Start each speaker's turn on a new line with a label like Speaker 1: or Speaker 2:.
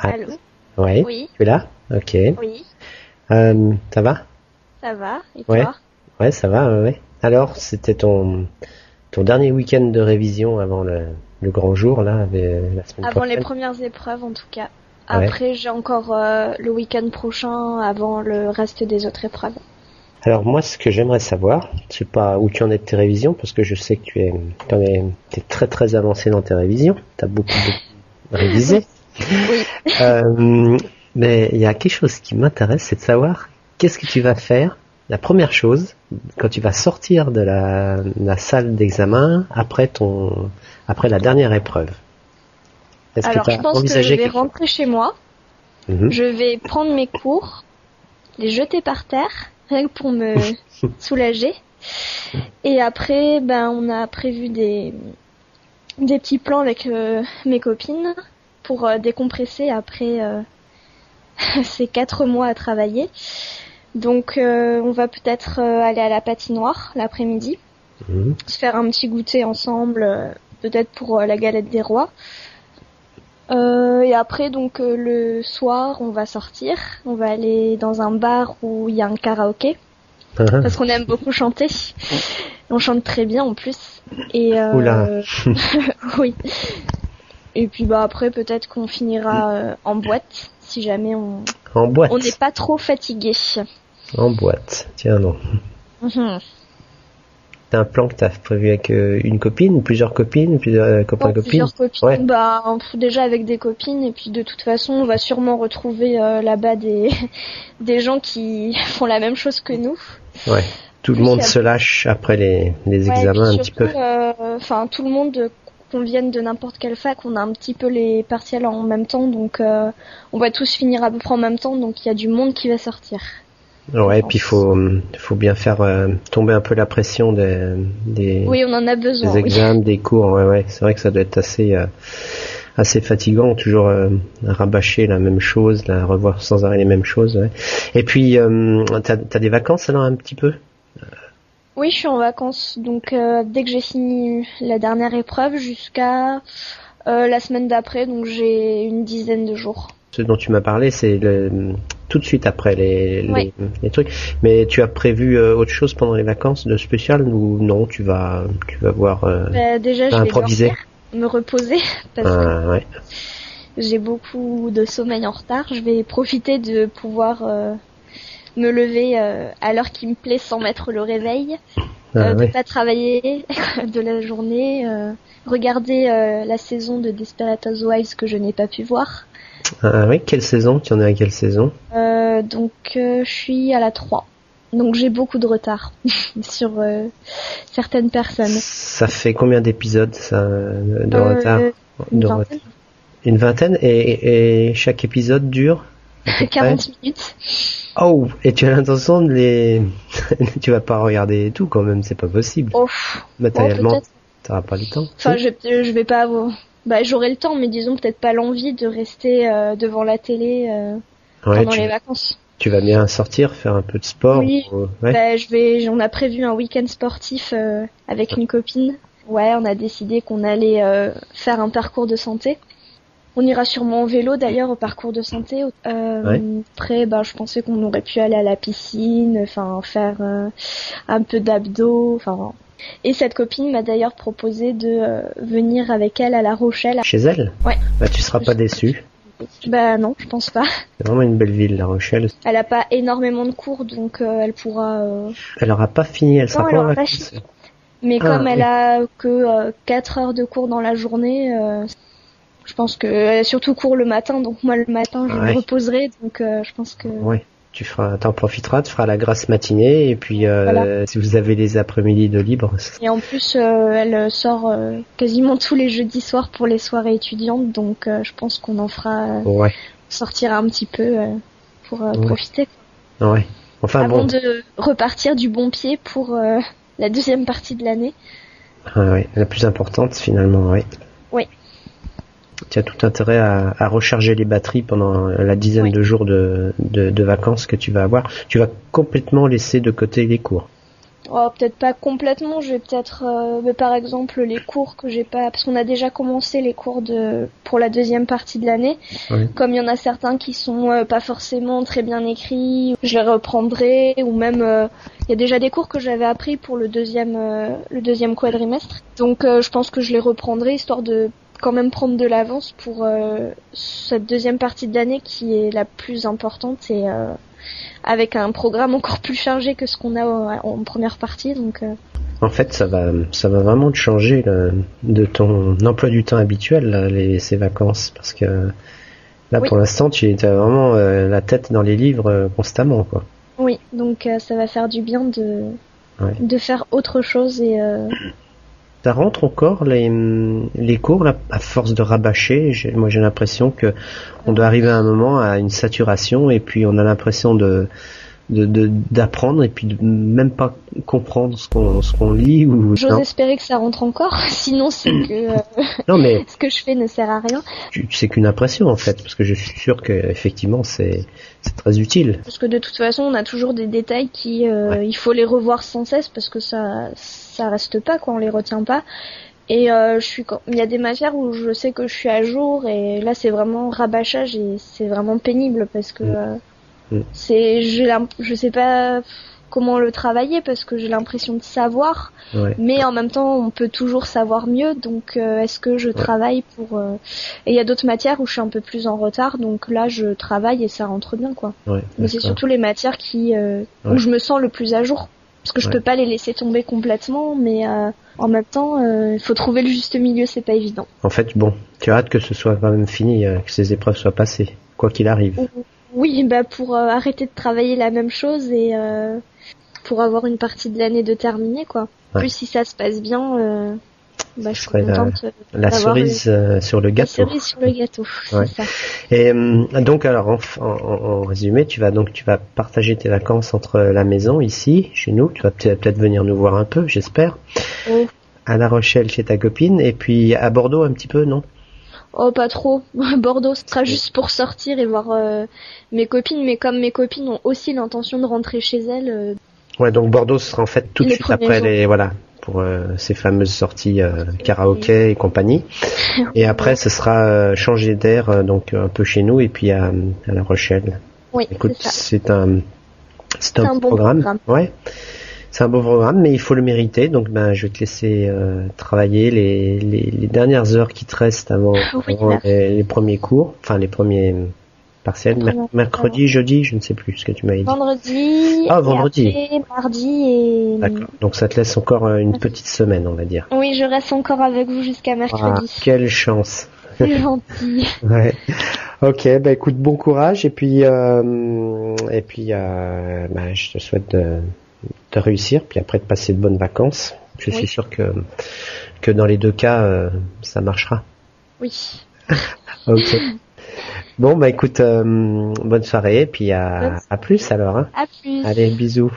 Speaker 1: Allô
Speaker 2: Ouais.
Speaker 1: Oui.
Speaker 2: Tu es là Ok.
Speaker 1: Oui,
Speaker 2: Euh, ça va
Speaker 1: ça va. Et
Speaker 2: Ouais.
Speaker 1: toi
Speaker 2: Ouais, ça va, ouais, ouais. Alors, c'était ton, ton dernier week-end de révision avant le, le grand jour, là, avec, euh, la semaine
Speaker 1: Avant les
Speaker 2: prochaine.
Speaker 1: premières épreuves, en tout cas.
Speaker 2: Ouais.
Speaker 1: Après, j'ai encore euh, le week-end prochain avant le reste des autres épreuves.
Speaker 2: Alors, moi, ce que j'aimerais savoir, je sais pas où tu en es de tes révisions, parce que je sais que tu es, t'en es, t'es très très avancé dans tes révisions. T'as beaucoup, beaucoup révisé. Euh, mais il y a quelque chose qui m'intéresse, c'est de savoir qu'est-ce que tu vas faire. La première chose, quand tu vas sortir de la, la salle d'examen après ton, après la dernière épreuve. Est-ce que
Speaker 1: Alors,
Speaker 2: tu
Speaker 1: je
Speaker 2: as
Speaker 1: pense que je
Speaker 2: envisagé
Speaker 1: vais
Speaker 2: quelque chose
Speaker 1: rentrer chez moi.
Speaker 2: Mhm.
Speaker 1: Je vais prendre mes cours, les jeter par terre, rien que pour me soulager. Et après, ben, on a prévu des, des petits plans avec euh, mes copines pour euh, décompresser après euh, ces quatre mois à travailler. Donc, euh, on va peut-être euh, aller à la patinoire l'après-midi,
Speaker 2: Mhm.
Speaker 1: se faire un petit goûter ensemble, euh, peut-être pour euh, la galette des rois. Euh, et après, donc euh, le soir, on va sortir. On va aller dans un bar où il y a un karaoké
Speaker 2: Ah,
Speaker 1: parce qu'on aime beaucoup chanter. On chante très bien en plus. Et euh,
Speaker 2: Oula.
Speaker 1: oui. Et puis bah après, peut-être qu'on finira euh, en boîte si jamais on
Speaker 2: ah. En boîte.
Speaker 1: on n'est pas trop fatigué.
Speaker 2: En boîte. Tiens, non.
Speaker 1: Mhm.
Speaker 2: T'as un plan que t'as prévu avec euh, une copine, plusieurs copines, plusieurs euh, copains,
Speaker 1: Bon,
Speaker 2: copines.
Speaker 1: plusieurs copines,
Speaker 2: Ouais.
Speaker 1: bah pff, déjà avec des copines et puis de toute façon on va sûrement retrouver euh, là-bas des des gens qui font la même chose que nous.
Speaker 2: Ouais. Tout le
Speaker 1: Puis,
Speaker 2: monde
Speaker 1: euh,
Speaker 2: se lâche après les, les
Speaker 1: Ouais,
Speaker 2: examens
Speaker 1: puis
Speaker 2: un petit peu.
Speaker 1: surtout, euh, Enfin, tout le monde, euh, qu'on vienne de n'importe quelle fac, on a un petit peu les partiels en même temps, donc euh, on va tous finir à peu près en même temps, donc il y a du monde qui va sortir.
Speaker 2: Ouais, et
Speaker 1: pense.
Speaker 2: puis faut faut bien faire euh, tomber un peu la pression des des,
Speaker 1: Oui, on en a
Speaker 2: des
Speaker 1: besoin. oui.
Speaker 2: examens, des cours. Ouais, ouais. C'est vrai que ça doit être assez euh, assez fatigant, toujours euh, rabâcher la même chose, la revoir sans arrêt les mêmes choses. ouais. Et puis euh, t'as t'as des vacances alors un petit peu.
Speaker 1: Oui, je suis en vacances, donc euh, dès que j'ai fini la dernière épreuve jusqu'à euh, la semaine d'après, donc j'ai une dizaine de jours.
Speaker 2: Ce dont tu m'as parlé, c'est le tout de suite après les les,
Speaker 1: Ouais.
Speaker 2: les trucs. Mais tu as prévu euh, autre chose pendant les vacances de spécial ou non Tu vas tu vas voir. euh,
Speaker 1: Bah, déjà, je
Speaker 2: T'as
Speaker 1: vais
Speaker 2: improvisé.
Speaker 1: dormir, me reposer parce que
Speaker 2: un- Ah, ouais.
Speaker 1: j'ai beaucoup de sommeil en retard. Je vais profiter de pouvoir euh, me lever euh, à l'heure qui me plaît sans mettre le réveil,
Speaker 2: Ah,
Speaker 1: euh, de
Speaker 2: ouais.
Speaker 1: pas travailler de la journée, euh, regarder euh, la saison de Desperate Housewives que je n'ai pas pu voir.
Speaker 2: Ah, ouais. Quelle saison Tu en es à quelle saison
Speaker 1: Euh, donc euh, je suis à la 3. Donc j'ai beaucoup de retard sur euh, certaines personnes.
Speaker 2: Ça fait combien d'épisodes ça de de
Speaker 1: Euh,
Speaker 2: retard
Speaker 1: une
Speaker 2: de
Speaker 1: vingtaine,
Speaker 2: retard Une vingtaine et, et chaque épisode dure à peu près
Speaker 1: 40 minutes.
Speaker 2: Oh, et tu as l'intention de les tu vas pas regarder tout quand même, c'est pas possible.
Speaker 1: Oh, bon,
Speaker 2: Matériellement,
Speaker 1: peut-être.
Speaker 2: t'auras pas le temps.
Speaker 1: Enfin,
Speaker 2: Si
Speaker 1: je, je vais pas avoir. Bah, j'aurai le temps, mais disons peut-être pas l'envie de rester euh, devant la télé euh,
Speaker 2: ouais,
Speaker 1: pendant
Speaker 2: tu,
Speaker 1: les vacances.
Speaker 2: tu vas bien sortir, faire un peu de sport.
Speaker 1: Oui.
Speaker 2: ou- ouais.
Speaker 1: Bah, je vais. On a prévu un week-end sportif euh, avec une copine. Ouais, on a décidé qu'on allait euh, faire un parcours de santé. On ira sûrement en vélo d'ailleurs au parcours de santé. Euh,
Speaker 2: Ouais.
Speaker 1: Après, bah, je pensais qu'on aurait pu aller à la piscine, enfin faire euh, un peu d'abdos. Enfin, et cette copine m'a d'ailleurs proposé de euh, venir avec elle à La Rochelle.
Speaker 2: Chez elle
Speaker 1: Ouais.
Speaker 2: Bah, tu seras pas déçu.
Speaker 1: Bah non, je pense pas.
Speaker 2: C'est vraiment une belle ville, La Rochelle.
Speaker 1: Elle a pas énormément de cours, donc euh, elle pourra. euh,
Speaker 2: Elle aura pas fini, elle sera
Speaker 1: Non,
Speaker 2: pas
Speaker 1: elle
Speaker 2: en
Speaker 1: aura pas
Speaker 2: vacances.
Speaker 1: Mais
Speaker 2: Ah,
Speaker 1: comme elle
Speaker 2: oui.
Speaker 1: a que 4 heures de cours dans la journée, euh, je pense que elle a surtout cours le matin, donc moi le matin je
Speaker 2: Ouais.
Speaker 1: me reposerai, donc euh, je pense que.
Speaker 2: Ouais, tu feras, t'en profiteras, tu feras la grasse matinée et puis euh,
Speaker 1: Voilà.
Speaker 2: si vous avez les après-midi de libre, ça-
Speaker 1: Et en plus, euh, elle sort euh, quasiment tous les jeudis soirs pour les soirées étudiantes, donc euh, je pense qu'on en fera euh,
Speaker 2: ouais,
Speaker 1: sortir un petit peu euh, pour euh,
Speaker 2: Ouais.
Speaker 1: profiter.
Speaker 2: ouais. Enfin
Speaker 1: Avant
Speaker 2: bon,
Speaker 1: de repartir du bon pied pour euh, la deuxième partie de l'année.
Speaker 2: Ah ouais, la plus importante finalement, ouais.
Speaker 1: Ouais.
Speaker 2: Tu as tout intérêt à, à recharger les batteries pendant la dizaine
Speaker 1: Ouais.
Speaker 2: de jours de, de, de vacances que tu vas avoir. Tu vas complètement laisser de côté les cours.
Speaker 1: Oh, peut-être pas complètement, je vais peut-être euh, mais par exemple les cours que j'ai pas parce qu'on a déjà commencé les cours de pour la deuxième partie de l'année.
Speaker 2: Oui.
Speaker 1: Comme il y en a certains qui sont euh, pas forcément très bien écrits, je les reprendrai ou même euh, il y a déjà des cours que j'avais appris pour le deuxième euh, le deuxième quadrimestre. Donc euh, je pense que je les reprendrai histoire de quand même prendre de l'avance pour euh, cette deuxième partie de l'année qui est la plus importante et euh, avec un programme encore plus chargé que ce qu'on a en, en première partie. Donc, euh,
Speaker 2: En fait, ça va, ça va vraiment te changer là, de ton emploi du temps habituel, là, les, ces vacances. Parce que là,
Speaker 1: Oui.
Speaker 2: pour l'instant, tu as vraiment euh, la tête dans les livres euh, constamment, quoi.
Speaker 1: oui, donc euh, ça va faire du bien de
Speaker 2: Ouais.
Speaker 1: de faire autre chose et euh,
Speaker 2: Ça rentre encore les, les cours là, à force de rabâcher. j'ai- Moi, j'ai l'impression que on doit arriver à un moment à une saturation et puis on a l'impression de de- de- d'apprendre et puis de même pas comprendre ce qu'on ce qu'on lit ou
Speaker 1: j'ose
Speaker 2: non.
Speaker 1: espérer que ça rentre encore. Sinon, c'est que euh,
Speaker 2: Non, mais
Speaker 1: ce que je fais ne sert à rien.
Speaker 2: tu- c'est qu'une impression en fait parce que je suis sûr que effectivement c'est c'est très utile.
Speaker 1: Parce que de toute façon, on a toujours des détails qui, euh, il faut les revoir sans cesse parce que ça, ça reste pas quoi, on les retient pas. Et euh, je suis, quand- il y a des matières où je sais que je suis à jour et là c'est vraiment rabâchage et c'est vraiment pénible parce que
Speaker 2: Mm.
Speaker 1: euh,
Speaker 2: Mm.
Speaker 1: c'est, j'ai l'imp- je sais pas comment le travailler parce que j'ai l'impression de savoir,
Speaker 2: Ouais.
Speaker 1: mais en même temps on peut toujours savoir mieux. Donc euh, est-ce que je travaille pour euh, Et il y a d'autres matières où je suis un peu plus en retard, donc là je travaille et ça rentre bien quoi.
Speaker 2: Ouais,
Speaker 1: Mais c'est
Speaker 2: d'accord.
Speaker 1: surtout les matières qui euh,
Speaker 2: Ouais.
Speaker 1: où je me sens le plus à jour. Parce que je
Speaker 2: Ouais.
Speaker 1: peux pas les laisser tomber complètement, mais euh, en même temps, euh, il faut trouver le juste milieu, c'est pas évident.
Speaker 2: En fait, bon, tu as hâte que ce soit quand même fini, euh, que ces épreuves soient passées, quoi qu'il arrive.
Speaker 1: Oui, bah pour euh, arrêter de travailler la même chose et euh, pour avoir une partie de l'année de terminée, quoi. En
Speaker 2: Ouais.
Speaker 1: Plus si ça se passe bien, euh, bah, je suis
Speaker 2: serait la-
Speaker 1: contente. euh,
Speaker 2: La
Speaker 1: d'avoir
Speaker 2: cerise euh, sur le
Speaker 1: la
Speaker 2: gâteau.
Speaker 1: cerise sur le gâteau,
Speaker 2: Ouais.
Speaker 1: c'est ça.
Speaker 2: Et euh, donc alors en, en- en résumé, tu vas donc tu vas partager tes vacances entre la maison ici, chez nous. Tu vas peut- peut-être venir nous voir un peu, j'espère.
Speaker 1: Oui.
Speaker 2: À La Rochelle chez ta copine et puis à Bordeaux un petit peu, non
Speaker 1: Oh, pas trop. Bordeaux, ce sera juste pour sortir et voir euh, mes copines. Mais comme mes copines ont aussi l'intention de rentrer chez elles, euh,
Speaker 2: Ouais, donc Bordeaux ce sera en fait tout de
Speaker 1: Les
Speaker 2: suite
Speaker 1: premiers
Speaker 2: après
Speaker 1: jours.
Speaker 2: les voilà pour euh, ces fameuses sorties euh, karaoké et compagnie. Et après ce sera euh, changer d'air euh, donc un peu chez nous et puis à, à La Rochelle.
Speaker 1: oui,
Speaker 2: Écoute,
Speaker 1: c'est ça.
Speaker 2: c'est un, c'est
Speaker 1: C'est
Speaker 2: un,
Speaker 1: un
Speaker 2: beau
Speaker 1: bon
Speaker 2: programme.
Speaker 1: programme.
Speaker 2: Ouais. C'est un beau programme, mais il faut le mériter. Donc, ben, je vais te laisser euh, travailler les, les, les dernières heures qui te restent avant,
Speaker 1: Ah Oui,
Speaker 2: avant
Speaker 1: merci.
Speaker 2: les, les premiers cours, enfin les premiers euh, partiels,
Speaker 1: Les
Speaker 2: mer-
Speaker 1: premiers-
Speaker 2: mercredi, jeudi, je ne sais plus ce que tu m'avais dit.
Speaker 1: Vendredi,
Speaker 2: Ah,
Speaker 1: et
Speaker 2: vendredi.
Speaker 1: après, mardi et
Speaker 2: D'accord. Donc, ça te laisse encore euh, une petite semaine, on va dire.
Speaker 1: oui, je reste encore avec vous jusqu'à
Speaker 2: Ah,
Speaker 1: mercredi.
Speaker 2: quelle chance.
Speaker 1: C'est gentil.
Speaker 2: Ouais. Ok, bah écoute, bon courage et puis euh, et puis euh, bah, je te souhaite de, de réussir, puis après de passer de bonnes vacances. Je
Speaker 1: Oui.
Speaker 2: suis sûr que que dans les deux cas, euh, ça marchera.
Speaker 1: Oui.
Speaker 2: Ok. bon, bah écoute, euh, bonne soirée et puis à, à plus alors. Hein.
Speaker 1: À plus.
Speaker 2: Allez, bisous.